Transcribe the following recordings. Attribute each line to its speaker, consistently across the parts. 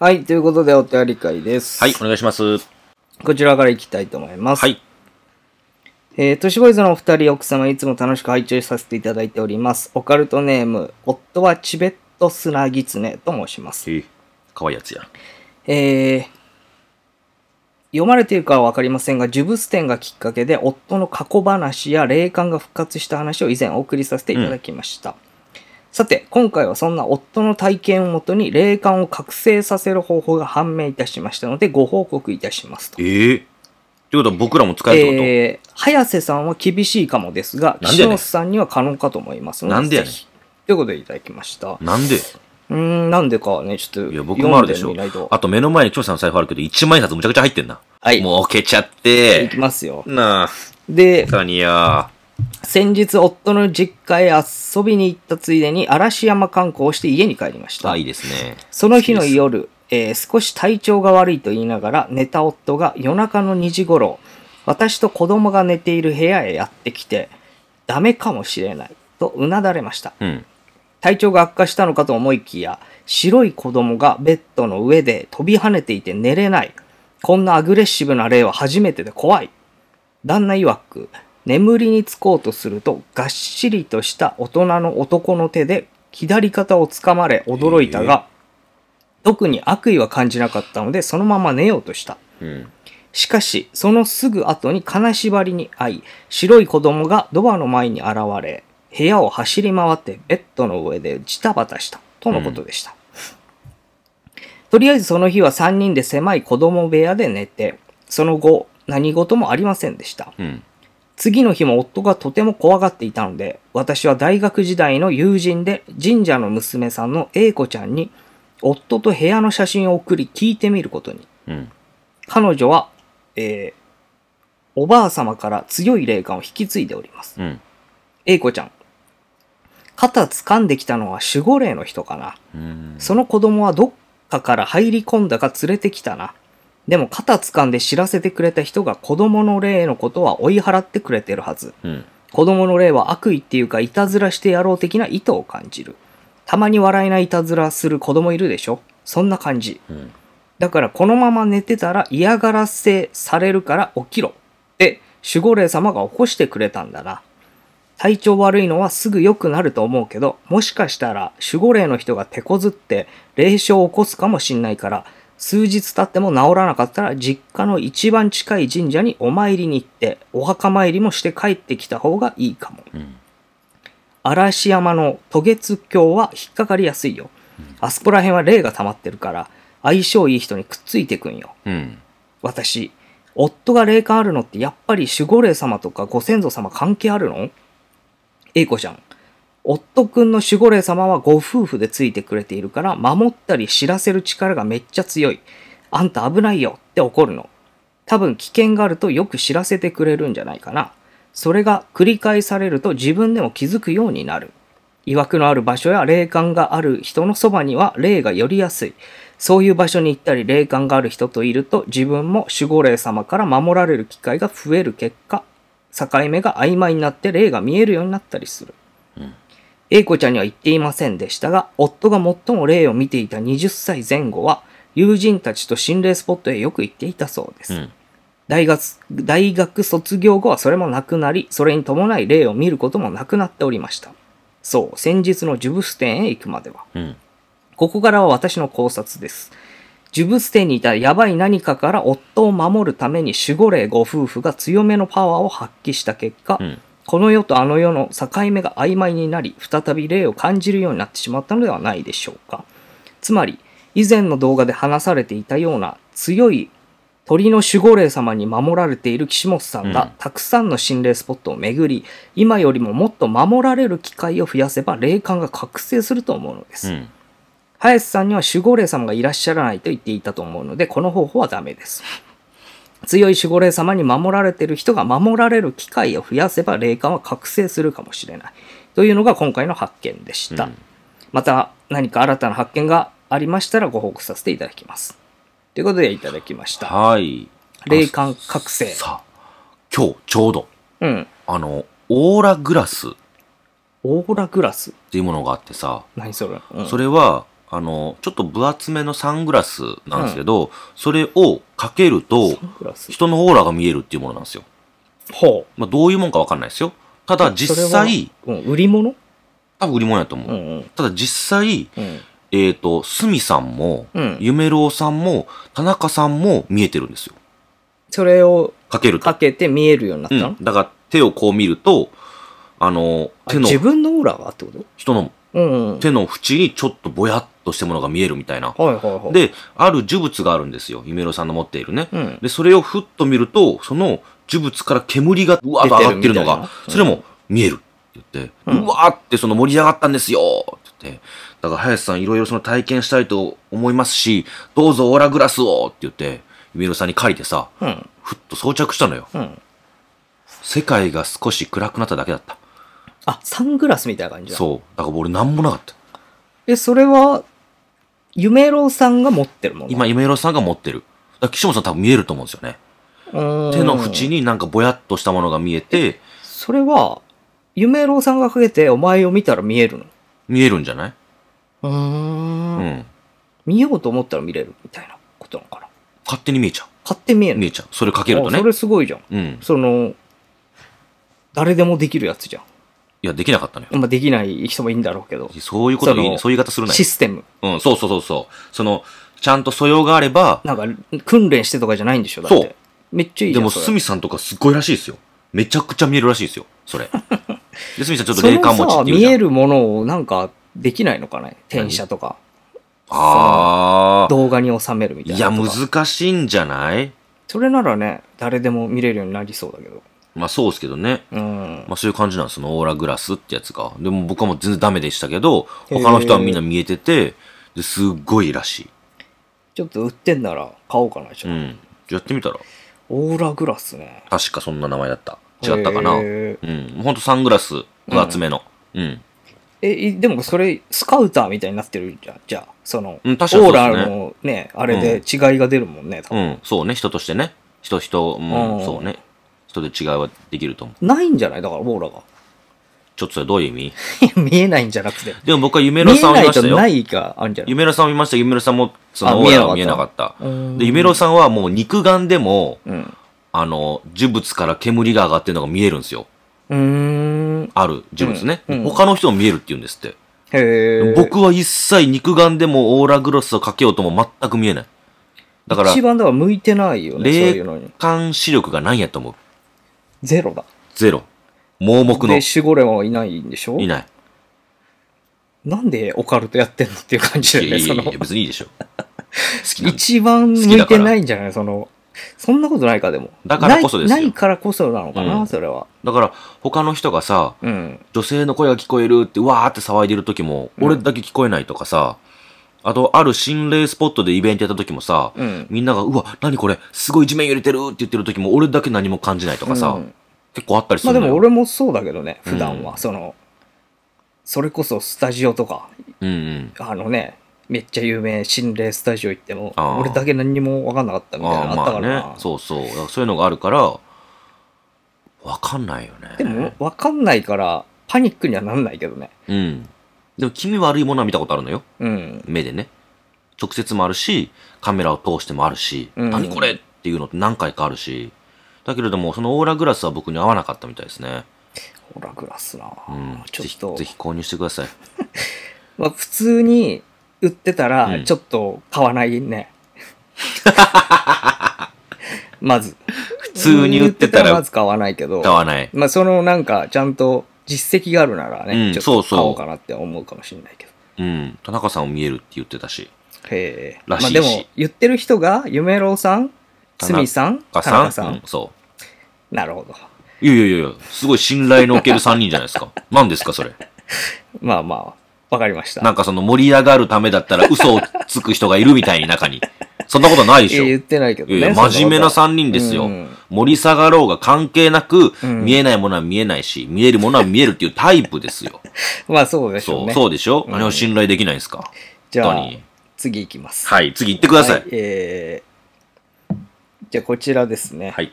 Speaker 1: はい、ということでお手り会です。
Speaker 2: はい、お願いします。
Speaker 1: こちらからいきたいと思います。
Speaker 2: はい。
Speaker 1: えー、都市ボーイズのお二人、奥様、いつも楽しく拝聴させていただいております。オカルトネーム、夫はチベットスナギツネと申します。
Speaker 2: へえ、かわいいやつや。
Speaker 1: えー読まれているかは分かりませんが、呪物展がきっかけで、夫の過去話や霊感が復活した話を以前お送りさせていただきました。さて、今回はそんな夫の体験をもとに、霊感を覚醒させる方法が判明いたしましたので、ご報告いたしますと。
Speaker 2: ええということは僕らも使えるってこと、
Speaker 1: えー早瀬さんは厳しいかもですが、
Speaker 2: なんでや
Speaker 1: 岸
Speaker 2: ねん
Speaker 1: 本さんには可能かと思いますので、
Speaker 2: なんでやねん
Speaker 1: ぜひということでいただきました。
Speaker 2: なんで
Speaker 1: うーん、なんでかね、ちょっと
Speaker 2: いや、僕もあるでし
Speaker 1: 読
Speaker 2: ょ
Speaker 1: んみないと。
Speaker 2: あと目の前に長さんの財布あるけど、1万円札むちゃくちゃ入ってんな。
Speaker 1: はい
Speaker 2: もう置けちゃっ
Speaker 1: い
Speaker 2: て
Speaker 1: き。ますよ。
Speaker 2: なあ、
Speaker 1: で、
Speaker 2: カニや。
Speaker 1: 先日夫の実家へ遊びに行ったついでに嵐山観光をして家に帰りました、
Speaker 2: あ、いいですね。
Speaker 1: その日の
Speaker 2: よ。
Speaker 1: 夜、えー少し体調が悪いと言いながら寝た夫が夜中の2時頃私と子供が寝ている部屋へやってきてダメかもしれないとうなだれました
Speaker 2: うん。
Speaker 1: 体調が悪化したのかと思いきや、白い子供がベッドの上で飛び跳ねていて寝れない。こんなアグレッシブな例は初めてで怖い。旦那曰く、眠りにつこうとすると、がっしりとした大人の男の手で左肩をつかまれ驚いたが、特に悪意は感じなかったので、そのまま寝ようとした。
Speaker 2: うん。
Speaker 1: しかし、そのすぐ後に金縛りに遭い、白い子供がドアの前に現れ、部屋を走り回ってベッドの上でジタバタした、とのことでした。とりあえずその日は3人で狭い子供部屋で寝て、その後、何事もありませんでした。
Speaker 2: うん。
Speaker 1: 次の日も夫がとても怖がっていたので、私は大学時代の友人で神社の娘さんの A 子ちゃんに、夫と部屋の写真を送り聞いてみることに。
Speaker 2: うん。
Speaker 1: 彼女は、えーおばあ様から強い霊感を引き継いでおります。
Speaker 2: うん。
Speaker 1: 英子ちゃん。肩掴んできたのは守護霊の人かな。
Speaker 2: うん。
Speaker 1: その子供はどっかから入り込んだか連れてきたな。でも肩掴んで知らせてくれた人が子供の霊のことは追い払ってくれてるはず。
Speaker 2: うん。
Speaker 1: 子供の霊は悪意っていうかいたずらしてやろう的な意図を感じる。たまに笑えないいたずらする子供いるでしょそんな感じ。
Speaker 2: うん。
Speaker 1: だからこのまま寝てたら嫌がらせされるから起きろって守護霊様が起こしてくれたんだな。体調悪いのはすぐ良くなると思うけど、もしかしたら守護霊の人が手こずって霊障を起こすかもしんないから、数日経っても治らなかったら実家の一番近い神社にお参りに行って、お墓参りもして帰ってきた方がいいかも。
Speaker 2: うん。
Speaker 1: 嵐山の渡月橋は引っかかりやすいよ。あそこら辺は霊が溜まってるから、相性いい人にくっついてくんよ。
Speaker 2: うん。
Speaker 1: 私、夫が霊感あるのってやっぱり守護霊様とかご先祖様関係あるの英子ちゃん、夫くんの守護霊様はご夫婦でついてくれているから、守ったり知らせる力がめっちゃ強い。あんた危ないよって怒るの。多分危険があるとよく知らせてくれるんじゃないかな。それが繰り返されると自分でも気づくようになる。曰くのある場所や霊感がある人のそばには霊が寄りやすい。そういう場所に行ったり霊感がある人といると自分も守護霊様から守られる機会が増える結果、境目が曖昧になって霊が見えるようになったりする。英子ちゃんには言っていませんでしたが、夫が最も霊を見ていた20歳前後は、友人たちと心霊スポットへよく行っていたそうです。
Speaker 2: うん。
Speaker 1: 大学大学卒業後はそれもなくなり、それに伴い霊を見ることもなくなっておりました。そう、先日のジュブス店へ行くまでは。
Speaker 2: うん。
Speaker 1: ここからは私の考察です。呪物店にいたやばい何かから夫を守るために守護霊ご夫婦が強めのパワーを発揮した結果、
Speaker 2: うん
Speaker 1: この世とあの世の境目が曖昧になり、再び霊を感じるようになってしまったのではないでしょうか。つまり、以前の動画で話されていたような強い鳥の守護霊様に守られている岸本さんが、
Speaker 2: うん
Speaker 1: たくさんの心霊スポットを巡り、今よりももっと守られる機会を増やせば霊感が覚醒すると思うのです。
Speaker 2: うん。
Speaker 1: 林さんには守護霊様がいらっしゃらないと言っていたと思うので、この方法はダメです。強い守護霊様に守られている人が守られる機会を増やせば霊感は覚醒するかもしれない。というのが今回の発見でした。
Speaker 2: うん
Speaker 1: また何か新たな発見がありましたらご報告させていただきます。ということでいただきました。
Speaker 2: はい。
Speaker 1: 霊感覚
Speaker 2: あ
Speaker 1: 醒。
Speaker 2: さあ、今日ちょうど、
Speaker 1: うん。
Speaker 2: あの、オーラグラスっ
Speaker 1: オーラグラス。
Speaker 2: ていうものがあってさ、
Speaker 1: 何それ、うん
Speaker 2: それは、あの、ちょっと分厚めのサングラスなんですけど、それをかけると
Speaker 1: サ、ングラス
Speaker 2: 人のオーラが見えるっていうものなんですよ。
Speaker 1: ほ
Speaker 2: まあ、どういうもんかわかんないですよ。ただ
Speaker 1: う
Speaker 2: 実
Speaker 1: それは
Speaker 2: 際、
Speaker 1: うん、売り物
Speaker 2: 多分売り物やと思
Speaker 1: う
Speaker 2: う。
Speaker 1: んうん
Speaker 2: ただ実際、
Speaker 1: うん
Speaker 2: えっ、と、スミさんも、
Speaker 1: うん
Speaker 2: ゆめろうさんも、田中さんも見えてるんですよ。
Speaker 1: それを
Speaker 2: かけると
Speaker 1: か。けて見えるようになった
Speaker 2: う
Speaker 1: の
Speaker 2: ん。だから手をこう見ると、あの、
Speaker 1: あ
Speaker 2: 手の、
Speaker 1: 自分のオーラがってこと
Speaker 2: 人の
Speaker 1: うんうん
Speaker 2: 手の縁にちょっとぼやっとしたものが見えるみたいな。
Speaker 1: はいはいはい
Speaker 2: で、ある呪物があるんですよ。ゆめろうさんの持っているね。
Speaker 1: うん
Speaker 2: で、それをふっと見ると、その呪物から煙がうわーっと上がって
Speaker 1: 出てる
Speaker 2: るの
Speaker 1: み
Speaker 2: が
Speaker 1: たい、な
Speaker 2: それも見えるって言って、う
Speaker 1: うん
Speaker 2: わーってその盛り上がったんですよって言って、だから林さんいろいろその体験したいと思いますし、どうぞオーラグラスをって言って、ゆめろさんに借りてさ、
Speaker 1: うん
Speaker 2: ふっと装着したのよ。
Speaker 1: うん
Speaker 2: 世界が少し暗くなっただけだった。
Speaker 1: あサングラスみたいな感じだ
Speaker 2: そう。だから俺なんもなかった。
Speaker 1: えそれは夢郎さんが持ってるもの
Speaker 2: 今、ゆめろさんが持ってる。だから岸本さん多分見えると思うんですよね。手
Speaker 1: 手
Speaker 2: の縁になんかぼやっとしたものが見えて、
Speaker 1: それは夢郎さんがかけてお前を見たら見えるの
Speaker 2: 見えるんじゃないううんん。
Speaker 1: 見ようと思ったら見れるみたいなことなのかな
Speaker 2: 勝手に見えちゃ
Speaker 1: 買って見え
Speaker 2: う。
Speaker 1: る
Speaker 2: 見えちゃう。それかけるとね
Speaker 1: あそ。れすごいじゃん
Speaker 2: うん。
Speaker 1: その誰でもできるやつじゃ
Speaker 2: いや、できなかったのよ。
Speaker 1: ん、まあ、できない人もいいんだろうけど
Speaker 2: そういうこと言いね。
Speaker 1: そ
Speaker 2: そういう言い方するなよ
Speaker 1: シ。ステム
Speaker 2: うん、そうそうそうそう。その、ちゃんと素養があれば、
Speaker 1: なんか訓練してとかじゃないんでしょだって
Speaker 2: そう
Speaker 1: めっ ちゃいいじ
Speaker 2: で
Speaker 1: ゃん
Speaker 2: も、
Speaker 1: それ
Speaker 2: スミさんとかすっごいらしいですよ。めちゃくちゃ見えるらしいですよ。それ。で、スミさんちょっと霊感持ち
Speaker 1: そのさ
Speaker 2: っていうじ
Speaker 1: 見
Speaker 2: ゃん。
Speaker 1: えるものをなんかできないのかね転写とか
Speaker 2: ああ。
Speaker 1: 動画に収めるみたい
Speaker 2: い
Speaker 1: な
Speaker 2: や、
Speaker 1: とか
Speaker 2: 難しいんじゃない
Speaker 1: それならね誰でも見れるようになりそうだけど
Speaker 2: まあ、そうですけどね。
Speaker 1: うん
Speaker 2: まあ、そういう感じなんです。そのオーラグラスってやつが。でも、僕はもう全然ダメでしたけど、
Speaker 1: へー
Speaker 2: 他の人はみんな見えてて、ですっごいらし
Speaker 1: ちょっと売ってんなら買おうかなち
Speaker 2: い。
Speaker 1: ょ
Speaker 2: う
Speaker 1: っと
Speaker 2: ん。やってみたら、
Speaker 1: オーラグラスね
Speaker 2: 確かそんな名前だった。違ったかな。
Speaker 1: へー
Speaker 2: うん。ほんとサングラス、分厚めの。うん。
Speaker 1: えいでもそれスカウターみたいになってるじゃんじゃあその、
Speaker 2: うん
Speaker 1: オ
Speaker 2: 確かに
Speaker 1: ー
Speaker 2: そうですね
Speaker 1: ラのねあれで違いが出るもんね、多
Speaker 2: う
Speaker 1: 分
Speaker 2: ん、そうね、人としてね。人、人、うん、
Speaker 1: うん
Speaker 2: そうね。人で違いはできると思う。
Speaker 1: ないんじゃないだからオーラが
Speaker 2: ちょっとそれどういう意味
Speaker 1: いや見えないんじゃなくて
Speaker 2: でも僕は夢
Speaker 1: 見
Speaker 2: ろ
Speaker 1: え
Speaker 2: さんを
Speaker 1: な
Speaker 2: 見
Speaker 1: い
Speaker 2: まし
Speaker 1: と
Speaker 2: た
Speaker 1: な
Speaker 2: よ。
Speaker 1: いがあるんじゃない
Speaker 2: 夢ろさんを見ました。夢ろさんも、その
Speaker 1: あ
Speaker 2: オーラは
Speaker 1: 見
Speaker 2: 見
Speaker 1: え
Speaker 2: え
Speaker 1: な
Speaker 2: な
Speaker 1: か
Speaker 2: か
Speaker 1: っ
Speaker 2: った。
Speaker 1: うん
Speaker 2: で、夢ろさんはもう肉眼でも、
Speaker 1: うん
Speaker 2: あの、呪物から煙が上がってるのが見えるんですよ。
Speaker 1: うーん
Speaker 2: ある呪物ね。
Speaker 1: うんうん
Speaker 2: 他の人も見えるって言うんですって。
Speaker 1: へえ
Speaker 2: 僕は一切肉眼でもオーラグロスをかけようとも全く見えない。だから
Speaker 1: 一、番だから向いてないよねそういう
Speaker 2: 霊
Speaker 1: のに
Speaker 2: 感視力がないんやと思う。
Speaker 1: ゼロだ
Speaker 2: ゼロ。盲目の
Speaker 1: で、守護霊はいないんでしょ
Speaker 2: いない。
Speaker 1: なんでオカルトやってんのっていう感じだ
Speaker 2: い
Speaker 1: よ
Speaker 2: や
Speaker 1: ね
Speaker 2: い
Speaker 1: そ
Speaker 2: やい
Speaker 1: の
Speaker 2: や、別にいい でしょ。好きなんだ
Speaker 1: 一番向いてないんじゃないそのそんなことないかでも
Speaker 2: だからこそですよ
Speaker 1: ないないからこそなのかな、
Speaker 2: うん
Speaker 1: それは
Speaker 2: だから、他の人がさ、
Speaker 1: うん
Speaker 2: 女性の声が聞こえるって、うわーって騒いでる時も、
Speaker 1: うん
Speaker 2: 俺だけ聞こえないとかさ、あと、ある心霊スポットでイベントやった時もさ、
Speaker 1: うん
Speaker 2: みんなが、うわ、何これ、すごい地面揺れてるって言ってる時も、俺だけ何も感じないとかさ、
Speaker 1: うん
Speaker 2: 結構あったりす
Speaker 1: まあ
Speaker 2: る
Speaker 1: で
Speaker 2: のよ
Speaker 1: も俺もそうだけどね普段は、
Speaker 2: うん
Speaker 1: そのそれこそスタジオとか
Speaker 2: うんうん。
Speaker 1: あのねめっちゃ有名心霊スタジオ行っても
Speaker 2: あー
Speaker 1: 俺だけ何にも分かんなかったみたいな
Speaker 2: あ
Speaker 1: の
Speaker 2: あ、
Speaker 1: あったか
Speaker 2: まあ
Speaker 1: らな、
Speaker 2: ね。そうそう。だからそういうのがあるから、わかんないよね。
Speaker 1: でも、分かんないからパニックにはなんないけどね
Speaker 2: うん。でも、気味悪いものは見たことあるのよ。
Speaker 1: うん
Speaker 2: 目でね直接もあるしカメラを通してもあるし、
Speaker 1: うん
Speaker 2: 何これっていうのって何回かあるしだけれどもそのオーラグラスは僕に合わなかったみたいですね、
Speaker 1: オラグラスな、
Speaker 2: うん、
Speaker 1: ちょ
Speaker 2: ぜ
Speaker 1: っ
Speaker 2: ひ
Speaker 1: と
Speaker 2: ぜひ購入してください
Speaker 1: まあ、普通に売ってた
Speaker 2: う
Speaker 1: ら、
Speaker 2: ん
Speaker 1: ちょっと買わない ね。まず。
Speaker 2: 普通に売ってた
Speaker 1: ま
Speaker 2: ら
Speaker 1: ず買わないけど、
Speaker 2: 買わない
Speaker 1: まあ、そのなんか、ちゃんと実績があるならね、
Speaker 2: うん
Speaker 1: ちょっと
Speaker 2: そうそう
Speaker 1: 買おうかなって思うかもしれないけど。
Speaker 2: うん田中さんも見えるって言ってたし
Speaker 1: へえ。ま
Speaker 2: ら
Speaker 1: あ、
Speaker 2: しいし
Speaker 1: でも、言ってる人が、夢郎さん、
Speaker 2: 田
Speaker 1: す
Speaker 2: 中
Speaker 1: みさん、
Speaker 2: 田
Speaker 1: 田
Speaker 2: 中
Speaker 1: 中
Speaker 2: さ
Speaker 1: さ
Speaker 2: ん
Speaker 1: ん。
Speaker 2: うんそ
Speaker 1: なるほど。
Speaker 2: ういやいやいやすごい信頼のおける3人じゃないですか 何ですか それ
Speaker 1: まあまあ、わかりました。
Speaker 2: なんかその盛り上がるためだったら嘘をつく人がいるみたいに中にそんなことないで
Speaker 1: い
Speaker 2: し
Speaker 1: や
Speaker 2: ょ
Speaker 1: 言ってないけどね。
Speaker 2: いやいや
Speaker 1: そんなことは
Speaker 2: 真面目な三人ですよ
Speaker 1: うん
Speaker 2: 盛り下がろうが関係なく、
Speaker 1: うん
Speaker 2: 見えないものは見えないし、見えるものは見えるっていうタイプですよ。
Speaker 1: まあ、 そうでしょ
Speaker 2: そうう、
Speaker 1: ね。
Speaker 2: そうでしょ、
Speaker 1: うん
Speaker 2: あれを信頼できないんですか
Speaker 1: じゃあ
Speaker 2: 本当に、
Speaker 1: 次行きます。
Speaker 2: はい、次行ってくださ
Speaker 1: は
Speaker 2: い。
Speaker 1: い、えーじゃあこちらですね。
Speaker 2: はい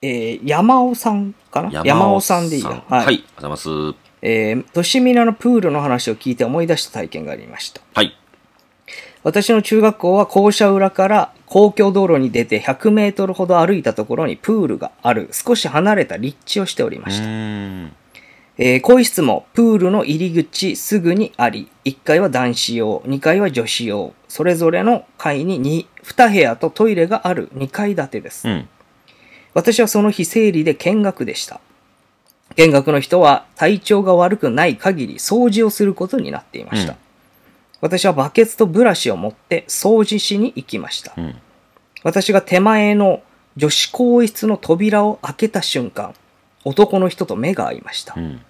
Speaker 1: えー山尾さんかな山尾さんでいいな。
Speaker 2: はい、ありがとうございます。
Speaker 1: えー、都市ミナのプールの話を聞いて思い出した体験がありました。
Speaker 2: はい。
Speaker 1: 私の中学校は校舎裏から公共道路に出て100メートルほど歩いたところにプールがある少し離れた立地をしておりま
Speaker 2: う
Speaker 1: した。
Speaker 2: ーん。
Speaker 1: えー更衣室もプールの入り口すぐにあり、1階は男子用、2階は女子用、それぞれの階に 2, 2部屋とトイレがある2階建てです。
Speaker 2: うん。
Speaker 1: 私はその日生理で見学でした。見学の人は体調が悪くない限り掃除をすることになっていました。
Speaker 2: うん
Speaker 1: 私はバケツとブラシを持って掃除しに行きました。
Speaker 2: うん。
Speaker 1: 私が手前の女子更衣室の扉を開けた瞬間、男の人と目が合いました
Speaker 2: う。ん。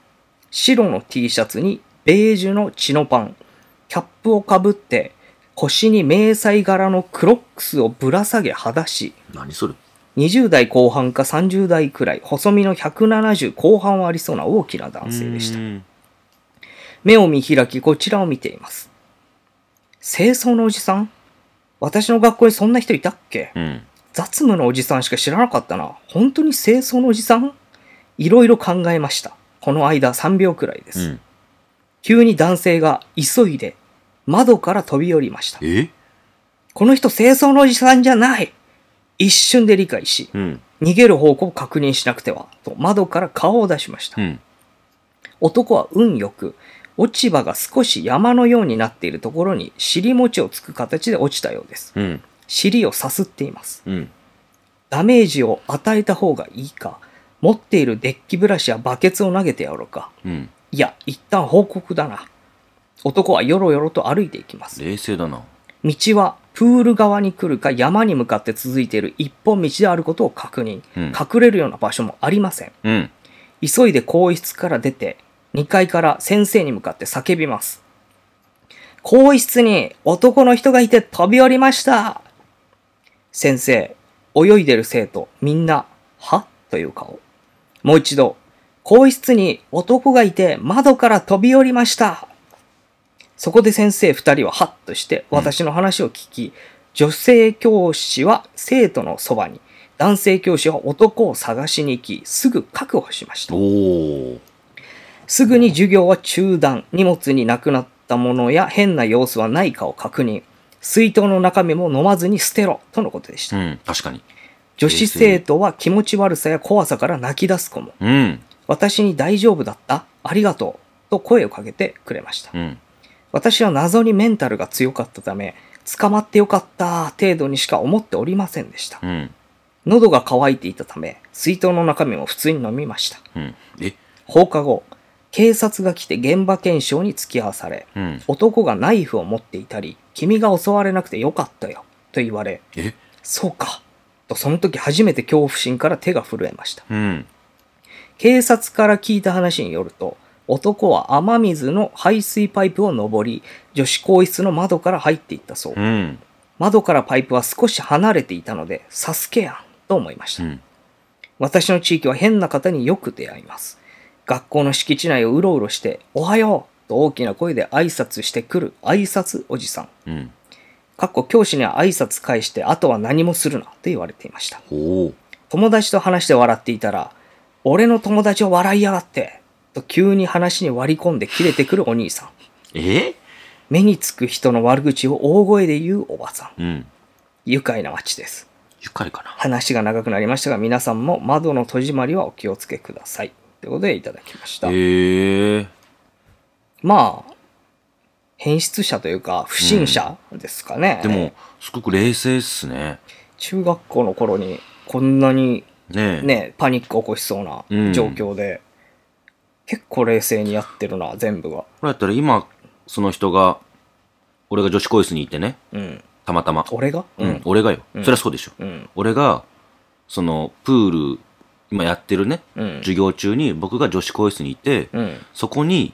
Speaker 1: 白の T シャツにベージュのチノパン、キャップをかぶって、腰に迷彩柄のクロックスをぶら下げ裸足、
Speaker 2: 何それ
Speaker 1: 20代後半か30代くらい、細身の170後半はありそうな大きな男性でした
Speaker 2: う。ーん
Speaker 1: 目を見開き、こちらを見ています。清掃のおじさん私の学校にそんな人いたっけ
Speaker 2: うん。
Speaker 1: 雑務のおじさんしか知らなかったな。本当に清掃のおじさんいろいろ考えました。この間3秒くらいで
Speaker 2: う
Speaker 1: す。
Speaker 2: ん。
Speaker 1: 急に男性が急いで窓から飛び降りました。
Speaker 2: え
Speaker 1: この人清掃のおじさんじゃない一瞬で理解し、
Speaker 2: うん。
Speaker 1: 逃げる方向を確認しなくては、と窓から顔を出しました
Speaker 2: う。ん。
Speaker 1: 男は運よく、落ち葉が少し山のようになっているところに尻餅をつく形で落ちたようです。
Speaker 2: うん。
Speaker 1: 尻をさすっています。
Speaker 2: うん。
Speaker 1: ダメージを与えた方がいいか、持っているデッキブラシやバケツを投げてやろうか。
Speaker 2: うん。
Speaker 1: いや、一旦報告だな。男はよろよろと歩いていきます。
Speaker 2: 冷静だな。
Speaker 1: 道はプール側に来るか山に向かって続いている一本道であることを確認。
Speaker 2: うん。
Speaker 1: 隠れるような場所もありません。
Speaker 2: うん。
Speaker 1: 急いで更衣室から出て、2階から先生に向かって叫びます。更衣室に男の人がいて飛び降りました先生、泳いでる生徒、みんな、はという顔。もう一度、更衣室に男がいて窓から飛び降りましたそこで先生二人はハッとして私の話を聞き、女性教師は生徒のそばに、男性教師は男を探しに行き、すぐ確保しました
Speaker 2: お。ー。
Speaker 1: すぐに授業は中断。荷物になくなったものや変な様子はないかを確認。水筒の中身も飲まずに捨てろ。とのことでし
Speaker 2: う
Speaker 1: た。
Speaker 2: ん。確かに。
Speaker 1: 女子生徒は気持ち悪さや怖さから泣き出す子も。
Speaker 2: うん。
Speaker 1: 私に大丈夫だったありがとう。と声をかけてくれました。
Speaker 2: うん。
Speaker 1: 私は謎にメンタルが強かったため、捕まってよかった程度にしか思っておりませんでした
Speaker 2: う。ん。
Speaker 1: 喉が渇いていたため、水筒の中身も普通に飲みました。
Speaker 2: うん。え
Speaker 1: 放課後、警察が来て現場検証に付き合わされ、
Speaker 2: うん。
Speaker 1: 男がナイフを持っていたり、君が襲われなくてよかったよ、と言われ、
Speaker 2: え
Speaker 1: そうか、とその時初めて恐怖心から手が震えました。
Speaker 2: うん。
Speaker 1: 警察から聞いた話によると、男は雨水の排水パイプを登り、女子更衣室の窓から入っていったそう
Speaker 2: う。ん。
Speaker 1: 窓からパイプは少し離れていたので、サスケやん、と思いました
Speaker 2: う。ん。
Speaker 1: 私の地域は変な方によく出会います。学校の敷地内をうろうろして、おはようと大きな声で挨拶してくる挨拶おじさん。
Speaker 2: うん。
Speaker 1: かっこ教師には挨拶返して、あとは何もするなと言われていました。
Speaker 2: おー。
Speaker 1: 友達と話して笑っていたら、俺の友達を笑いやがって、と急に話に割り込んで切れてくるお兄さん。
Speaker 2: え
Speaker 1: 目につく人の悪口を大声で言うおばさん。
Speaker 2: うん。
Speaker 1: 愉快な街です。
Speaker 2: ゆかりかな。
Speaker 1: 話が長くなりましたが、皆さんも窓の閉じまりはお気をつけください。ということでいただきました。
Speaker 2: へえ。
Speaker 1: まあ、変質者というか、不審者ですかね。
Speaker 2: でも、すごく冷静っすね。
Speaker 1: 中学校の頃にこんなに
Speaker 2: ねえ。
Speaker 1: ね、パニック起こしそうな状況で、結構冷静にやってるな、全部が。
Speaker 2: これやったら今、その人が、俺が女子更衣室に行ってね、
Speaker 1: うん。
Speaker 2: たまたま。
Speaker 1: 俺が
Speaker 2: うん、俺がよ。そりゃそうでしょ。
Speaker 1: うん。
Speaker 2: 俺が、その、プール、今やってるね、
Speaker 1: うん。
Speaker 2: 授業中に僕が女子更衣室にいて、
Speaker 1: うん。
Speaker 2: そこに、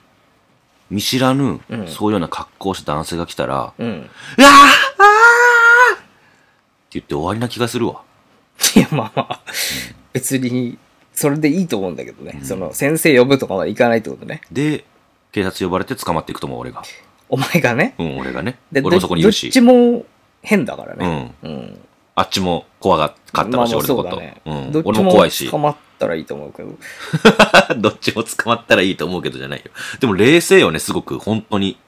Speaker 2: 見知らぬ、
Speaker 1: うん
Speaker 2: そういうような格好をした男性が来たら、
Speaker 1: うん。
Speaker 2: うわああーって言って終わりな気がするわ。
Speaker 1: いや、まあまあ、別に、それでいいと思うんだけどね。その、先生呼ぶとかまでいかないってことね。
Speaker 2: で、警察呼ばれて捕まっていくと思う、俺が。
Speaker 1: お前がね。
Speaker 2: うん、俺がね。
Speaker 1: で
Speaker 2: 俺
Speaker 1: ど
Speaker 2: もそこにいるし
Speaker 1: どっち。も変だから
Speaker 2: う
Speaker 1: ね。
Speaker 2: ん。
Speaker 1: うん。
Speaker 2: あっちも怖がかったらしい、
Speaker 1: まあまあ
Speaker 2: 俺のこと。
Speaker 1: そうだね
Speaker 2: うん
Speaker 1: どっ。
Speaker 2: 俺
Speaker 1: ち
Speaker 2: も怖いし。
Speaker 1: 捕まったらいいと思うけど。
Speaker 2: どっちも捕まったらいいと思うけどじゃないよ。でも冷静よね、すごく、本当に。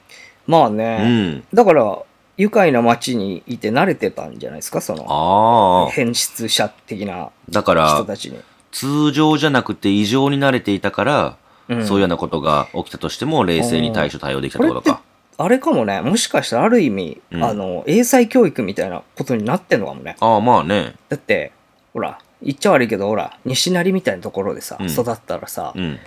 Speaker 1: まあ
Speaker 2: う
Speaker 1: ね。
Speaker 2: ん。
Speaker 1: だから、愉快な街にいて慣れてたんじゃないですか、その、
Speaker 2: ああ。
Speaker 1: 変質者的な
Speaker 2: だか
Speaker 1: 人
Speaker 2: ら、
Speaker 1: たちに。
Speaker 2: 通常じゃなくて異常に慣れていたから、
Speaker 1: うん
Speaker 2: そういうようなことが起きたとしても、冷静に対処対応できたっ
Speaker 1: こ
Speaker 2: て
Speaker 1: れ
Speaker 2: こと
Speaker 1: って
Speaker 2: か。、
Speaker 1: あれかもね、もしかしたらある意味、
Speaker 2: うん
Speaker 1: あの、英才教育みたいなことになってんのかもね。
Speaker 2: ああ、まあね。
Speaker 1: だって、ほら、言っちゃ悪いけど、ほら、西成みたいなところでさ、
Speaker 2: うん
Speaker 1: 育ったらさ、
Speaker 2: うん。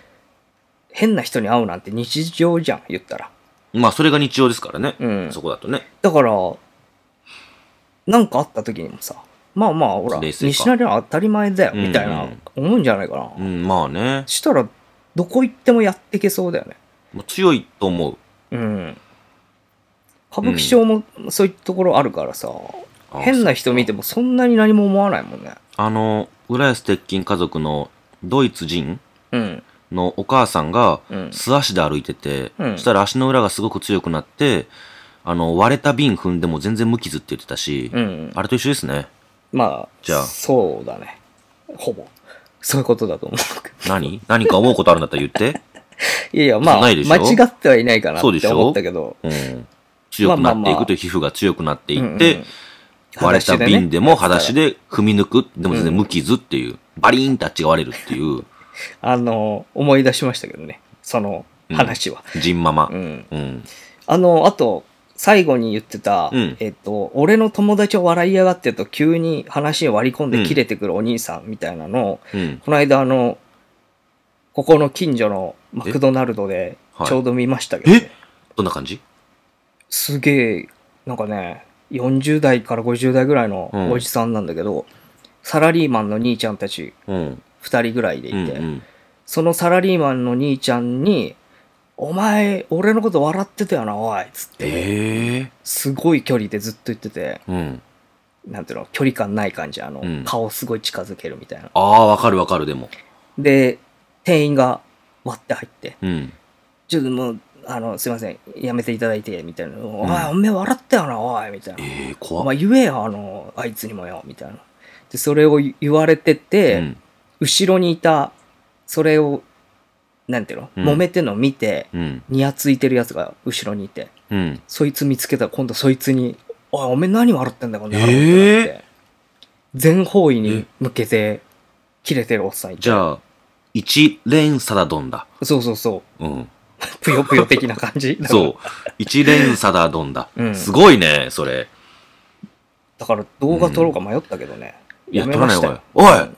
Speaker 1: 変な人に会うなんて日常じゃん、言ったら。
Speaker 2: まあ、それが日常ですからね。
Speaker 1: うん
Speaker 2: そこだとね。
Speaker 1: だから、なんかあった時にもさ、まあまあ、ほら、
Speaker 2: 冷静か
Speaker 1: 西成は当たり前だよ、
Speaker 2: うんうん
Speaker 1: みたいな、思うんじゃないかな。
Speaker 2: うん、まあね。
Speaker 1: したら、どこ行ってもやってけそうだよね。
Speaker 2: もう強いと思う。
Speaker 1: うん。歌舞伎町もそういうところあるからさ、
Speaker 2: ああ
Speaker 1: 変な人見てもそんなに何も思わないもんね。
Speaker 2: あの、浦安鉄筋家族のドイツ人
Speaker 1: うん。
Speaker 2: のお母さんが
Speaker 1: うん
Speaker 2: 素足で歩いてて、
Speaker 1: うん
Speaker 2: そしたら足の裏がすごく強くなって、あの、割れた瓶踏んでも全然無傷って言ってたし、
Speaker 1: うん。
Speaker 2: あれと一緒ですね。
Speaker 1: まあ、
Speaker 2: じゃあ
Speaker 1: そうだね。ほぼ。そういうことだと思う。
Speaker 2: 何何か思うことあるんだったら言って。
Speaker 1: いやいや、まあ、
Speaker 2: ない
Speaker 1: 間違
Speaker 2: でしょ
Speaker 1: ってはいないかな
Speaker 2: そうで
Speaker 1: っ
Speaker 2: してょ
Speaker 1: 思ったけど、
Speaker 2: うん。強くなっていくと皮膚が強くなっていって、
Speaker 1: うんうん
Speaker 2: 割れた瓶でも裸足
Speaker 1: でね。
Speaker 2: で踏み抜く。でも全然無傷っていう。バリーンってあっちが割れるっ ていう。
Speaker 1: あの、思い出しましたけどね。その話は。
Speaker 2: ジンママ
Speaker 1: う。ん。
Speaker 2: うん。
Speaker 1: あの、あと、最後に言ってた、
Speaker 2: うん
Speaker 1: えっと、俺の友達を笑いやがってと急に話を割り込んで切れてくるお兄さんみたいなのを、
Speaker 2: うん。
Speaker 1: この間あの、ここの近所のマクドナルドで
Speaker 2: はい
Speaker 1: ちょうど見ましたけどね、
Speaker 2: えどんな感じ
Speaker 1: すげえ、なんかね、40代から50代ぐらいの
Speaker 2: うん
Speaker 1: おじさんなんだけど、サラリーマンの兄ちゃんたち
Speaker 2: うん。
Speaker 1: 2人ぐらいでい
Speaker 2: うんう
Speaker 1: て、
Speaker 2: ん。
Speaker 1: そのサラリーマンの兄ちゃんに、お前、俺のこと笑ってたよな、おい、つって、
Speaker 2: ええ
Speaker 1: すごい距離でずっと言ってて、
Speaker 2: うん。
Speaker 1: なんていうの、距離感ない感じ、あの、
Speaker 2: うん
Speaker 1: 顔すごい近づけるみたいな。
Speaker 2: ああ、わかるわかる、でも。
Speaker 1: で、店員が割って入って、
Speaker 2: うん。
Speaker 1: ちょっともう、あの、すいません、やめていただいて、みたいな。おい、
Speaker 2: うん
Speaker 1: おめえ笑ったよな、おい、みたいな。
Speaker 2: ええ
Speaker 1: お
Speaker 2: 怖っ。
Speaker 1: 前言えよ、あの、あいつにもよ、みたいな。で、それを言われてて、
Speaker 2: うん。
Speaker 1: 後ろにいた、それを、なんていうの、
Speaker 2: うん
Speaker 1: 揉めてんのを見て、
Speaker 2: うん。
Speaker 1: ニヤついてるやつが後ろにいて、
Speaker 2: うん。
Speaker 1: そいつ見つけたら今度そいつに、おい、おめえ何笑ってんだよ、こんな野郎
Speaker 2: えー
Speaker 1: ってなって全方位に向けて、切れてるおっさんいて。
Speaker 2: じゃあ、一連サダドンだ。
Speaker 1: そうそうそう。
Speaker 2: うん。
Speaker 1: ぷよぷよ的な感じ。
Speaker 2: そう。一連サダドンだ
Speaker 1: う。ん
Speaker 2: すごいね、それ。
Speaker 1: だから動画撮ろうか迷ったけどね。
Speaker 2: いや、
Speaker 1: め
Speaker 2: 撮ら
Speaker 1: ま
Speaker 2: ない
Speaker 1: した
Speaker 2: 方がいい。おい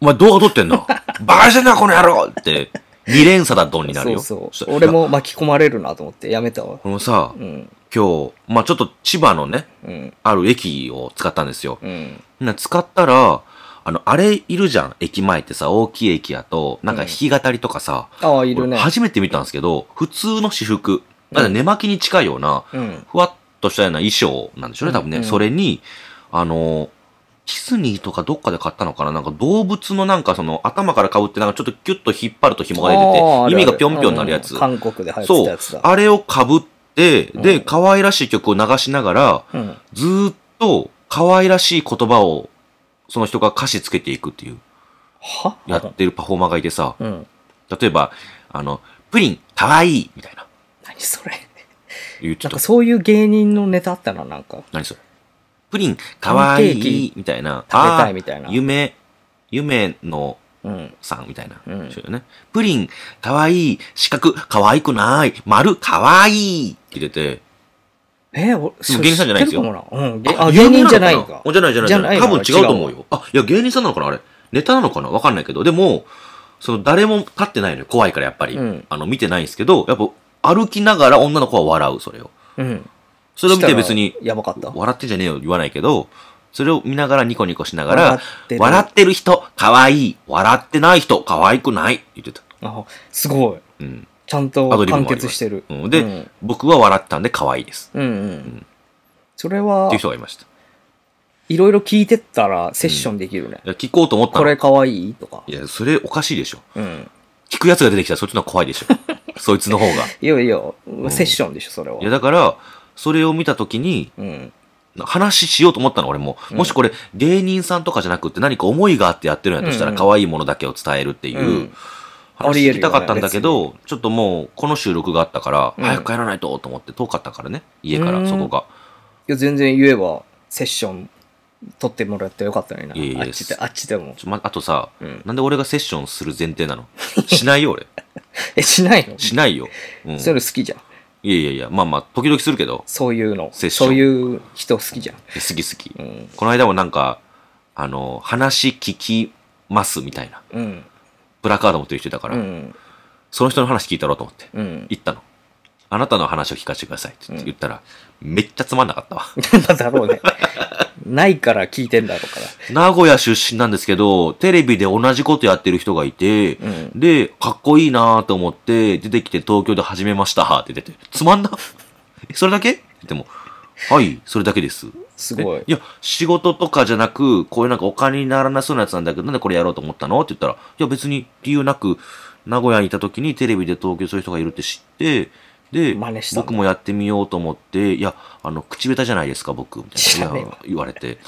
Speaker 2: お前動画撮ってんのバカしてんな、この野郎って、二連鎖だ、ドンになるよ。
Speaker 1: そう
Speaker 2: し
Speaker 1: そ
Speaker 2: た
Speaker 1: う。俺。
Speaker 2: いや
Speaker 1: も巻き込まれるなと思ってやめたわ。
Speaker 2: このさ
Speaker 1: う、ん、
Speaker 2: 今日、まあちょっと千葉のね、
Speaker 1: うん、
Speaker 2: ある駅を使ったんですよ。
Speaker 1: うん、
Speaker 2: な使ったら、あの、あれいるじゃん、駅前ってさ、大きい駅やと、なんか
Speaker 1: うん
Speaker 2: 弾き語りとかさ、
Speaker 1: ああ、いる
Speaker 2: 俺
Speaker 1: ね。
Speaker 2: 初めて見たんですけど、普通の私服、だから寝巻きに近いような、
Speaker 1: うん。
Speaker 2: ふわっとしたような衣装なんでしょうね、多分ね。
Speaker 1: うんうん
Speaker 2: それに、あの、ディスニーとかどっかで買ったのかななんか動物のなんかその頭から被ってなんかちょっとキュッと引っ張ると紐が出て
Speaker 1: ああ
Speaker 2: て、指がぴょんぴょんになるやつ。
Speaker 1: あるあるうん韓国で流行ってた
Speaker 2: そう
Speaker 1: やつだ。。
Speaker 2: あれを被って、
Speaker 1: う
Speaker 2: で、
Speaker 1: ん
Speaker 2: 可愛らしい曲を流しながら、
Speaker 1: うん、
Speaker 2: ずーっと可愛らしい言葉をその人が歌詞つけていくっていう、
Speaker 1: は
Speaker 2: やってるパフォーマーがいてさ、
Speaker 1: うん。
Speaker 2: 例えば、あの、プリン可愛いみたいな
Speaker 1: 何それ。
Speaker 2: 言って
Speaker 1: なん
Speaker 2: た
Speaker 1: か。そういう芸人のネタあったな、なんか。
Speaker 2: 何それプリン可愛
Speaker 1: パンケー
Speaker 2: いみたいな。
Speaker 1: 食べたいみたいな
Speaker 2: あー夢、夢の
Speaker 1: うん。
Speaker 2: さんみたいな。
Speaker 1: うん
Speaker 2: そうだね。プリン、可愛い、四角、可愛くない、丸、可愛いって入れて。
Speaker 1: えー、おそ
Speaker 2: 芸人さんじゃないですよ
Speaker 1: 知ってるかもなうん。げあ、芸人じゃないか。
Speaker 2: 有名なのかなおじゃないじゃないじゃない。
Speaker 1: じゃ
Speaker 2: 多
Speaker 1: ない
Speaker 2: 分
Speaker 1: の
Speaker 2: 違うと思うよ。あ、いや、芸人さんなのかなあれ。ネタなのかなわかんないけど。でも、その誰も立ってないのよ。怖いからやっぱり。
Speaker 1: うん
Speaker 2: あの、見てないんですけど、やっぱ歩きながら女の子は笑う、それを。
Speaker 1: うん。
Speaker 2: それを見て別に
Speaker 1: したら、やばかった。
Speaker 2: 笑ってんじゃねえよ言わないけど、それを見ながらニコニコしなが
Speaker 1: 笑
Speaker 2: ら
Speaker 1: って、る
Speaker 2: 笑ってる人、可愛い。笑ってない人、可愛くない。って言ってた。
Speaker 1: あ、すごい。
Speaker 2: うん。
Speaker 1: ちゃんと
Speaker 2: アドリブもあ
Speaker 1: 完
Speaker 2: ります
Speaker 1: 結してる。
Speaker 2: うんで、
Speaker 1: うん
Speaker 2: 僕は笑ったんで可愛いです。
Speaker 1: うんうん。それは
Speaker 2: っ、ていう人がいました。
Speaker 1: いろいろ聞いてったらセッションできるね。
Speaker 2: いや聞こうと思った
Speaker 1: こ
Speaker 2: の。
Speaker 1: れかわいいとか
Speaker 2: い。や、それおかしいでしょ。
Speaker 1: うん。
Speaker 2: 聞くやつが出てきたらそっちの方が怖い でしょ。そいつの方が。
Speaker 1: いやいや、セッションでしょ、それはい
Speaker 2: や、。だから、それを見たときに、
Speaker 1: うん。
Speaker 2: 話しようと思ったの、俺も。
Speaker 1: うん
Speaker 2: もしこれ、芸人さんとかじゃなくって何か思いがあってやってるんやとしたら、
Speaker 1: うんうん
Speaker 2: 可愛いものだけを伝えるっていううん
Speaker 1: あり
Speaker 2: 話
Speaker 1: え
Speaker 2: 聞
Speaker 1: るよね
Speaker 2: きたかったんだけど、ちょっともう、この収録があったから、
Speaker 1: うん
Speaker 2: 早く帰らないとと思って遠かったからね、家か
Speaker 1: う
Speaker 2: ら、
Speaker 1: ん
Speaker 2: そこが。
Speaker 1: や、全然言えば、セッション取ってもらってよかったのにな。
Speaker 2: いえいえ
Speaker 1: あっちで、あっちでも。
Speaker 2: ちょま、あとさ、
Speaker 1: うん
Speaker 2: なんで俺がセッションする前提なのしないよ、俺。
Speaker 1: え、しないの
Speaker 2: しないよ。うん。い
Speaker 1: そういうの好きじゃん。
Speaker 2: やいやいや、まあまあ、時々するけど、
Speaker 1: そういうの。
Speaker 2: セッション
Speaker 1: そういう人好きじゃん。
Speaker 2: 好き好き
Speaker 1: う。ん。
Speaker 2: この間もなんか、あの、話聞きますみたいな、
Speaker 1: うん。
Speaker 2: プラカード持ってる人だか
Speaker 1: う
Speaker 2: ら、
Speaker 1: ん。
Speaker 2: その人の話聞いたろうと思って、
Speaker 1: うん。
Speaker 2: 行ったの。あなたの話を聞かせてくださいって言って
Speaker 1: うん
Speaker 2: 言ったら、めっちゃつまんなかったわ。
Speaker 1: なんだろうね。ないから聞いてんだろうか
Speaker 2: 名古屋出身なんですけど、テレビで同じことやってる人がいて、
Speaker 1: ら。うん。
Speaker 2: で、かっこいいなと思って、出てきて東京で始めましたって 出て、つまんなえそれだけでも、はい、それだけです。
Speaker 1: すご
Speaker 2: え
Speaker 1: い。
Speaker 2: いや、仕事とかじゃなく、こういうなんかお金にならなそうなやつなんだけど、なんでこれやろうと思ったのって言ったら、いや別に理由なく、名古屋にいた時にテレビで東京そういう人がいるって知って、で
Speaker 1: 真似し、たんだ
Speaker 2: 僕もやってみようと思って、いや、あの、口下手じゃないですか、僕、みたい
Speaker 1: 知ら
Speaker 2: な
Speaker 1: ね
Speaker 2: い
Speaker 1: え
Speaker 2: や
Speaker 1: わ
Speaker 2: 言われて、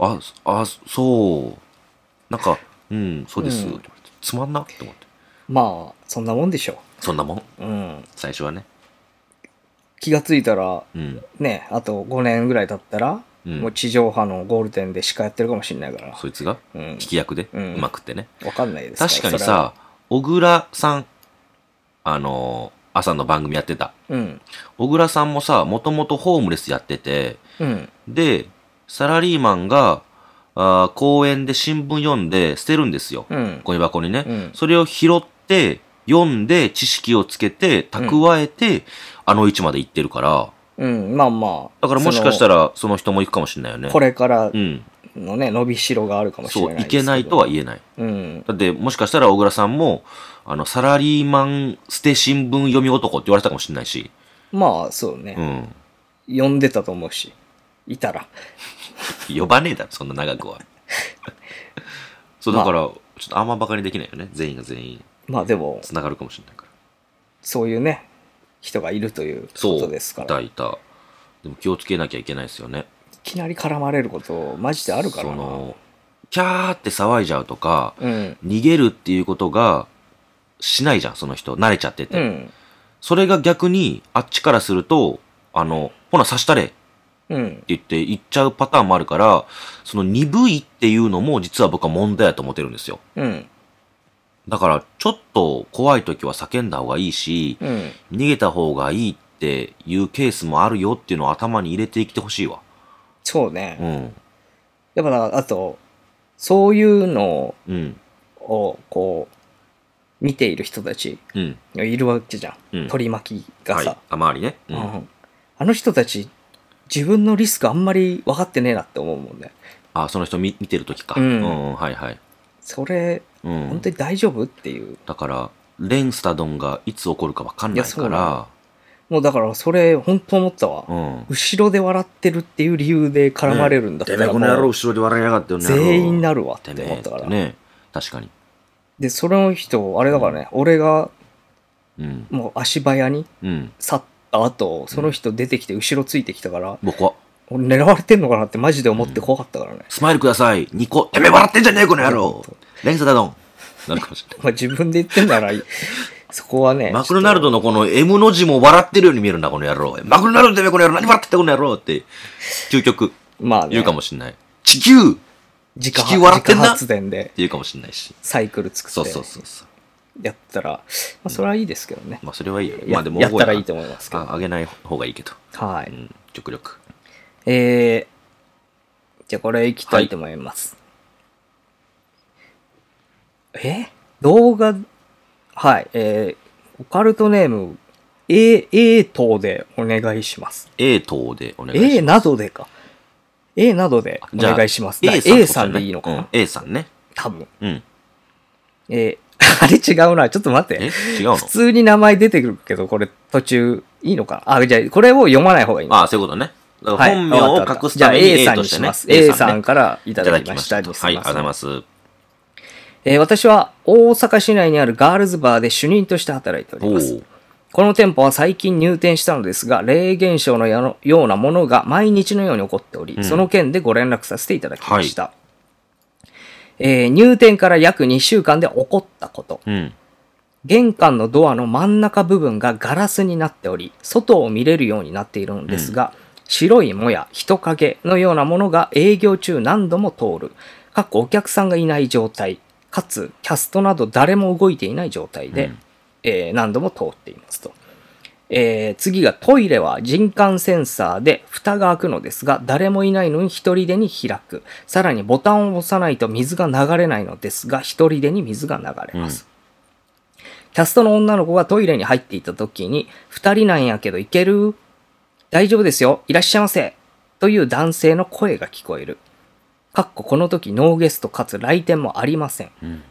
Speaker 2: あ、あ、そう、なんか、うん、そうです、
Speaker 1: うん
Speaker 2: って言われてつまんなって思って。
Speaker 1: まあ、そんなもんでしょ
Speaker 2: そんなもん、
Speaker 1: う。うん。
Speaker 2: 最初はね。
Speaker 1: 気がついたら、
Speaker 2: うん。
Speaker 1: ね、あと5年ぐらい経ったら、
Speaker 2: うん
Speaker 1: もう地上波のゴールデンでしかやってるかもしれないから。
Speaker 2: そいつが、
Speaker 1: うん
Speaker 2: 聞。き役で、う
Speaker 1: うん
Speaker 2: まくってね。
Speaker 1: わかんないですら
Speaker 2: 確かに、
Speaker 1: それは
Speaker 2: さ、小倉さん、あのー朝の番組やってた。
Speaker 1: うん。
Speaker 2: 小倉さんもさ、もともとホームレスやってて、
Speaker 1: うん。
Speaker 2: で、サラリーマンが、あー公園で新聞読んで捨てるんですよ。
Speaker 1: うん。
Speaker 2: ゴミ箱にね、
Speaker 1: うん
Speaker 2: それを拾って、読んで、知識をつけて、蓄えて、あの位置まで行ってるから、
Speaker 1: うん。まあまあ。
Speaker 2: だからもしかした
Speaker 1: ら、
Speaker 2: ら、その人も行くかもしれないよね。
Speaker 1: これから
Speaker 2: うん。
Speaker 1: のね、伸びしろがあるかもしれ
Speaker 2: そ
Speaker 1: な
Speaker 2: う、
Speaker 1: い
Speaker 2: 行けないとは言えない。
Speaker 1: え。うん。
Speaker 2: だって、もしかしたら小倉さんも、あの、サラリーマン捨て新聞読み男って言われたかもしれないし、
Speaker 1: まあ、そう
Speaker 2: う
Speaker 1: ね。
Speaker 2: ん。
Speaker 1: 呼んでたと思うし。いたら。
Speaker 2: 呼ばねえだろ、そんな長くは。 そう、だから、ちょっとあんまバカにできないよね。全員が全員、
Speaker 1: まあでも、
Speaker 2: 繋がるかもしれないから。
Speaker 1: そういうね、人がいるという
Speaker 2: そ
Speaker 1: こ
Speaker 2: う、
Speaker 1: とですか
Speaker 2: いた
Speaker 1: ら。い
Speaker 2: いた。でも気をつけなきゃいけないですよね。
Speaker 1: きなり絡まれること、マジであるから
Speaker 2: そ
Speaker 1: な。
Speaker 2: の、キャーって騒いじゃうとか、
Speaker 1: うん。
Speaker 2: 逃げるっていうことが、しないじゃん、その人。慣れちゃってて。
Speaker 1: うん。
Speaker 2: それが逆に、あっちからすると、あの、ほな、刺したれ。
Speaker 1: うん
Speaker 2: っ。て言って行っちゃうパターンもあるから、その鈍いっていうのも実は僕は問題だと思ってるんですよ。
Speaker 1: うん。
Speaker 2: だから、ちょっと怖い時は叫んだ方がいいし、
Speaker 1: うん。
Speaker 2: 逃げた方がいいっていうケースもあるよっていうのを頭に入れていきてほしいわ。
Speaker 1: そうね
Speaker 2: う。ん。
Speaker 1: やっぱ、あと、そういうの
Speaker 2: うん。
Speaker 1: を、こう、見ている人たち
Speaker 2: うん。
Speaker 1: がいるわけじゃ
Speaker 2: うん
Speaker 1: ん。取り巻きが
Speaker 2: は
Speaker 1: さ
Speaker 2: い。。あ、周りね。う。
Speaker 1: うんんあの人たち、自分のリスクあんまり分かってねえなって思うもんね。
Speaker 2: あ、その人見見てる時か。
Speaker 1: うん
Speaker 2: うん。はいはい。
Speaker 1: それ、
Speaker 2: うん。
Speaker 1: 本当に大丈夫っていう。
Speaker 2: だから、レンスタドンがいつ起こるかわかんない
Speaker 1: いや
Speaker 2: か
Speaker 1: そうな
Speaker 2: ら、
Speaker 1: もうだから、それ、本当思ったわ。
Speaker 2: うん。
Speaker 1: 後ろで笑ってるっていう理由で絡まれるんだった
Speaker 2: てめえ
Speaker 1: ら、
Speaker 2: この野
Speaker 1: も
Speaker 2: 郎
Speaker 1: う
Speaker 2: 後ろで笑いやがってよね。
Speaker 1: 全員な
Speaker 2: る
Speaker 1: るわってて
Speaker 2: め
Speaker 1: 思
Speaker 2: え
Speaker 1: っ
Speaker 2: って
Speaker 1: たから。
Speaker 2: ね。確かに。
Speaker 1: で、その人、あれだからね、俺が
Speaker 2: うん。
Speaker 1: もう足早に
Speaker 2: うん。
Speaker 1: 去った後、その人出てきて後ろついてきたから、
Speaker 2: 僕は、
Speaker 1: 俺狙われてんのかなってマジで思って怖かったからね。
Speaker 2: スマイルください、ニコ、てめえ笑ってんじゃねえ、この野郎連鎖だどんなるかもしれ
Speaker 1: まあ自分で言ってんなら、 そこはね、
Speaker 2: ない。マクドナルドのこの M の字も笑ってるように見えるな、この野郎。マクドナルドてめえ、この野郎、何笑ってたこの野郎って、究極、
Speaker 1: まあね、
Speaker 2: 言うかもしれない。地球って
Speaker 1: 自
Speaker 2: 地
Speaker 1: 家
Speaker 2: 球笑ってんな
Speaker 1: 自家発電で
Speaker 2: 言うかもしれないし。
Speaker 1: サイクル作
Speaker 2: そう
Speaker 1: っ
Speaker 2: そう
Speaker 1: て
Speaker 2: そうそう。
Speaker 1: やったら、まあそれはいいですけどね。
Speaker 2: まあ、それはいいよ。
Speaker 1: や
Speaker 2: まあ、でも、
Speaker 1: やったらいいと思いますけど。
Speaker 2: ああげない方がいいけど。
Speaker 1: は
Speaker 2: う
Speaker 1: い。
Speaker 2: ん、極力。
Speaker 1: えー、じゃあこれいきたいと思います。え動画、はい、えー、オカルトネーム、A、A 等でお願いします。
Speaker 2: A 等でお願いし
Speaker 1: A
Speaker 2: ま
Speaker 1: などでか。A などでお
Speaker 2: す。じゃあ
Speaker 1: 願いします。だ
Speaker 2: A
Speaker 1: から
Speaker 2: さん
Speaker 1: A さんでいいのかな、
Speaker 2: うん ?A さんね。
Speaker 1: 多分。
Speaker 2: うん。
Speaker 1: え ー、あれ違うな。ちょっと待って
Speaker 2: え。違うの
Speaker 1: 普通に名前出てくるけど、これ途中いいのかなあ、じゃあこれを読まない方がいいの
Speaker 2: ああ、そういうことね。だか
Speaker 1: は
Speaker 2: ら
Speaker 1: い
Speaker 2: 本名を
Speaker 1: わかったわか
Speaker 2: 隠
Speaker 1: った
Speaker 2: すために
Speaker 1: じゃあ A さん
Speaker 2: A と
Speaker 1: に
Speaker 2: して
Speaker 1: し
Speaker 2: ね
Speaker 1: ま。す。A
Speaker 2: ね
Speaker 1: さんからい
Speaker 2: い
Speaker 1: ただきました。。
Speaker 2: ただきはい、ありがとうございますす。
Speaker 1: えー私は大阪市内にあるガールズバーで主任として働いており
Speaker 2: お
Speaker 1: ます
Speaker 2: ー。
Speaker 1: この店舗は最近入店したのですが、霊現象のやのようなものが毎日のように起こっており、
Speaker 2: うん
Speaker 1: その件でご連絡させていただきました。えー入店から約2週間で起こったこと。
Speaker 2: うん。
Speaker 1: 玄関のドアの真ん中部分がガラスになっており、外を見れるようになっているのですが、白いもや、人影のようなものが営業中何度も通る。かっこお客さんがいない状態。かつ、キャストなど誰も動いていない状態で、
Speaker 2: うん
Speaker 1: えー何度も通っていますと。えー次がトイレは人感センサーで蓋が開くのですが誰もいないのに一人でに開くさらにボタンを押さないと水が流れないのですが一人でに水が流れます、キャストの女の子がトイレに入っていた時に二人なんやけど行ける大丈夫ですよいらっしゃいませという男性の声が聞こえるかっここの時ノーゲストかつ来店もありません
Speaker 2: うん。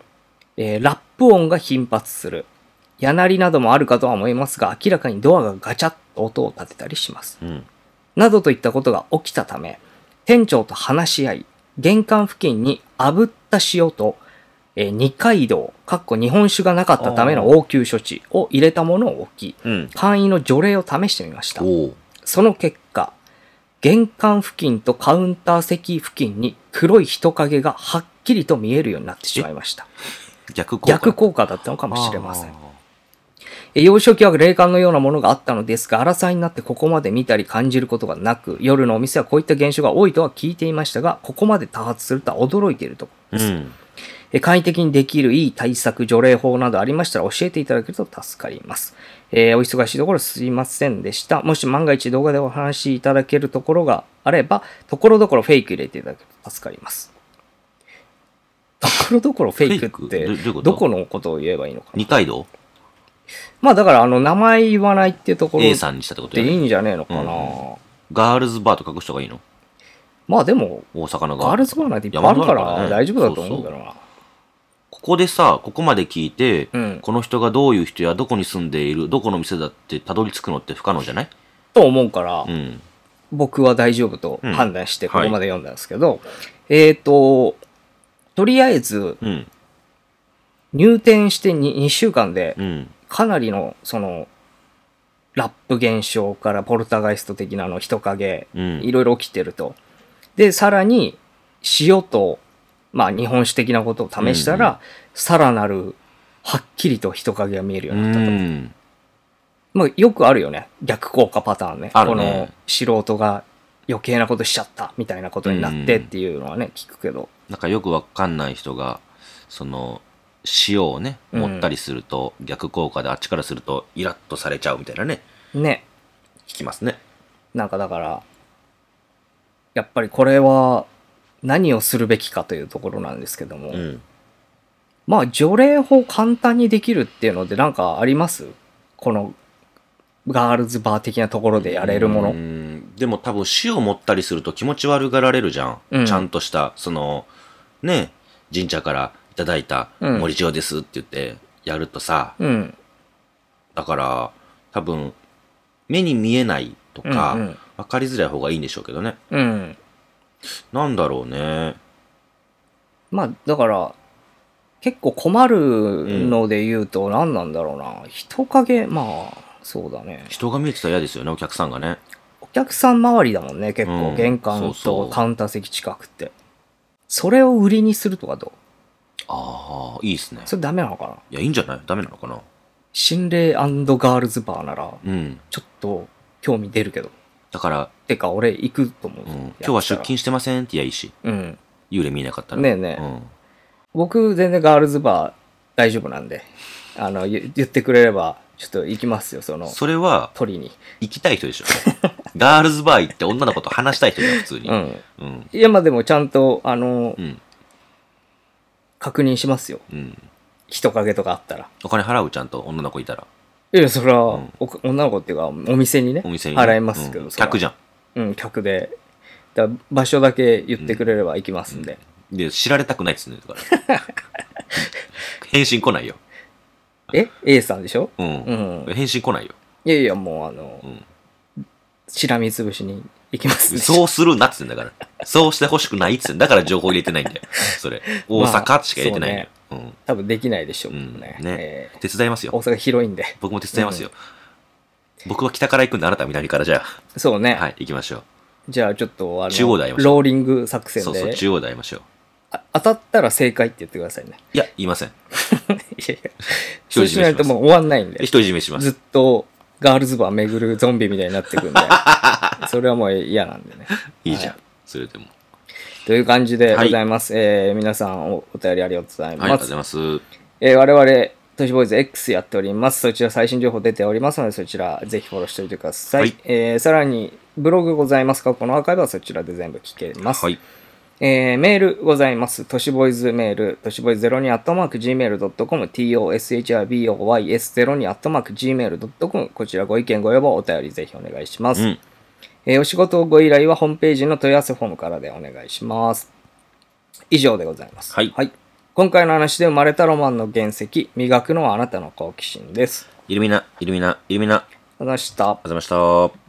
Speaker 1: えーラップ音が頻発する。柳などもあるかとは思いますが、明らかにドアがガチャッと音を立てたりします。
Speaker 2: うん。
Speaker 1: などといったことが起きたため、店長と話し合い、玄関付近に炙った塩と、えー二階堂、かっこ日本酒がなかったための応急処置を入れたものを置き、
Speaker 2: うん。
Speaker 1: 簡易の除霊を試してみました
Speaker 2: お。お。
Speaker 1: その結果、玄関付近とカウンター席付近に黒い人影がはっきりと見えるようになってしまいました。
Speaker 2: 逆効果。
Speaker 1: 逆
Speaker 2: 果
Speaker 1: 効果だったのかもしれません。え幼少期は霊感のようなものがあったのですが、荒さになってここまで見たり感じることがなく、夜のお店はこういった現象が多いとは聞いていましたが、ここまで多発するとは驚いているところ
Speaker 2: う
Speaker 1: です。
Speaker 2: ん。
Speaker 1: え簡易的にできるいい対策、除霊法などありましたら教えていただけると助かります。えーお忙しいところすいませんでした。もし万が一動画でお話しいただけるところがあれば、ところどころフェイク入れていただけると助かります。ところどころフェイクっ
Speaker 2: フェイクどどういうこ
Speaker 1: て、
Speaker 2: と
Speaker 1: どこのことを言えばいいのかな
Speaker 2: 二階堂
Speaker 1: まあだからあの名前言わないっていうところ
Speaker 2: ?A
Speaker 1: っ
Speaker 2: さんにしたってこと
Speaker 1: てい
Speaker 2: やね
Speaker 1: いんじゃねえのかな、
Speaker 2: うんガールズバーと書く人がいいの
Speaker 1: まあでも
Speaker 2: 大阪の
Speaker 1: ガールズバーなんていっぱいあるから大丈夫だと思うんだろうな
Speaker 2: ここでさ、ここまで聞いて、
Speaker 1: うん
Speaker 2: この人がどういう人やどこに住んでいる、どこの店だってたどり着くのって不可能じゃない
Speaker 1: と思うから、
Speaker 2: うん。
Speaker 1: 僕は大丈夫と
Speaker 2: うん
Speaker 1: 判断してこ
Speaker 2: はい
Speaker 1: こまで読んだんですけど、えっ、ととりあえず
Speaker 2: うん。
Speaker 1: 入店して 2, 2週間で
Speaker 2: うん。
Speaker 1: かなりのそのラップ現象からポルターガイスト的なあの人影
Speaker 2: うん。
Speaker 1: いろいろ起きてると。で、さらに塩と、まあ日本酒的なことを試したら、
Speaker 2: うんう
Speaker 1: さらなる、はっきりと人影が見えるようになったと。
Speaker 2: うん
Speaker 1: まあよくあるよね。逆効果パターンね。
Speaker 2: ある
Speaker 1: こ
Speaker 2: ね
Speaker 1: の素人が余計なことしちゃったみたいなことになって
Speaker 2: うん
Speaker 1: っていうのはね、聞くけど。
Speaker 2: なんかよくわかんない人が、その、塩をね、
Speaker 1: うん
Speaker 2: 持ったりすると、逆効果であっちからすると、イラッとされちゃうみたいなね、
Speaker 1: ね。
Speaker 2: 聞きますね。
Speaker 1: なんかだから、やっぱりこれは何をするべきかというところなんですけども。
Speaker 2: うん。
Speaker 1: まあ、除霊法簡単にできるっていうので、なんかありますこの、ガールズバー的なところでやれるも
Speaker 2: う
Speaker 1: の。
Speaker 2: んでも多分死を持ったりすると気持ち悪がられるじゃん。
Speaker 1: うん
Speaker 2: ちゃんとした、その、ね、神社からいただいた
Speaker 1: うん
Speaker 2: 森塩ですって言ってやるとさ、
Speaker 1: うん。
Speaker 2: だから多分目に見えないと
Speaker 1: うん。
Speaker 2: か、分かりづらい方がいいんでしょうけどね。
Speaker 1: うん。うん
Speaker 2: なんだろうね。
Speaker 1: まあ、だから、結構困るので言うと、何なんだろうな。人影、まあ、そうだね。
Speaker 2: 人が見えてたら嫌ですよね、お客さんがね。
Speaker 1: お客さん周りだもんね、結
Speaker 2: う
Speaker 1: 構。
Speaker 2: ん
Speaker 1: 玄
Speaker 2: そう
Speaker 1: 関
Speaker 2: そ
Speaker 1: と
Speaker 2: う
Speaker 1: カウンター席近くって。それを売りにするとかど
Speaker 2: ああ、いいですね
Speaker 1: う。それダメなのかない
Speaker 2: や、いいんじゃないダメなのかな
Speaker 1: 心霊ガールズバーなら、
Speaker 2: うん。
Speaker 1: ちょっと興味出るけど。
Speaker 2: だから、
Speaker 1: てか、俺行くと思う。
Speaker 2: うん、今日は出
Speaker 1: やって
Speaker 2: 勤してませんって言えばいいし、
Speaker 1: たら。うん。
Speaker 2: 幽霊見えなかったら。
Speaker 1: ねえねえ僕全然ガールズバー大丈夫なんであの言言ってくれればちょっと行きますよそ
Speaker 2: うん。
Speaker 1: の
Speaker 2: それは、
Speaker 1: 取りに
Speaker 2: 行きたい人でしょ。 ガールズバー行って女の子と話したい人だよ、普通に。
Speaker 1: う
Speaker 2: うん。
Speaker 1: ん
Speaker 2: うん。
Speaker 1: いやまあでもちゃんとあの
Speaker 2: うん。
Speaker 1: 確認しますよ
Speaker 2: うん。
Speaker 1: 人影とかあったら
Speaker 2: お金払う、ちゃんと女の子いたら。
Speaker 1: いやそれは、
Speaker 2: うん
Speaker 1: お女の子っていうかお店にね
Speaker 2: お店にね、
Speaker 1: 払いますけど、
Speaker 2: うん
Speaker 1: それは
Speaker 2: 客じゃん。
Speaker 1: うん客でだから場所だけ言ってくれれば行きますんで、
Speaker 2: で、知られたくないっつうんだから。 返信来ないよ。
Speaker 1: え A さんでしょ
Speaker 2: う。
Speaker 1: うんん
Speaker 2: 返信来ないよ。
Speaker 1: いやいやもうあの、
Speaker 2: うん
Speaker 1: しらみつぶしに行きますんで
Speaker 2: そうするなっつうんだから。そうしてほしくないっつうんだから情報入れてないんだよ。それ。大阪しか入れてないんだよ。うん。
Speaker 1: 多分できないでしょうけどね,、
Speaker 2: うんね
Speaker 1: え
Speaker 2: 手伝います
Speaker 1: ー大
Speaker 2: よ。
Speaker 1: 阪広いんで
Speaker 2: 僕も手伝いますよ。僕は北から行くんで、あなたは南からじゃ
Speaker 1: そうね、
Speaker 2: あ。はい、行きましょう。
Speaker 1: じゃあちょっとあ
Speaker 2: 中央で会いま
Speaker 1: の
Speaker 2: しょう
Speaker 1: ローリング作戦
Speaker 2: そう
Speaker 1: で
Speaker 2: そう、中央で会いましょう。
Speaker 1: あ当たったら正解って言ってくださいね。
Speaker 2: いや、言いません。
Speaker 1: いやいや
Speaker 2: 独
Speaker 1: そう
Speaker 2: り占め
Speaker 1: しないともう終わんないんで
Speaker 2: 独り占めします
Speaker 1: ず。っとガールズバー巡るゾンビみたいになってくんでそれはもう嫌なんでね。
Speaker 2: いいじゃん。
Speaker 1: は
Speaker 2: それでも。
Speaker 1: という感じでございます。えー皆さんおお便りありがとうござい
Speaker 2: はい、ありがと
Speaker 1: ま
Speaker 2: うご
Speaker 1: す。
Speaker 2: ざいます。
Speaker 1: えー我々、都市ボーイズ X やっております。そちら最新情報出ておりますので、そちらぜひフォローしておいてください。
Speaker 2: はい
Speaker 1: えーさらに、ブログございます過去のアーカイブはそちらで全部聞けます。
Speaker 2: はい。
Speaker 1: えーメールございます。都市ボーイズメール、都市ボーイズ02アットマーク Gmail.com、toshrboys02 アットマーク Gmail.com、こちらご意見ご要望お便りぜひお願いします。
Speaker 2: うん。
Speaker 1: えーお仕事ご依頼はホームページの問い合わせフォームからでお願いします。以上でございます。
Speaker 2: はい
Speaker 1: 今回の話で生まれたロマンの原石、磨くのはあなたの好奇心です。
Speaker 2: イルミナ、イルミナ、イルミナ、ありがと
Speaker 1: ありがとうございました。
Speaker 2: うございました。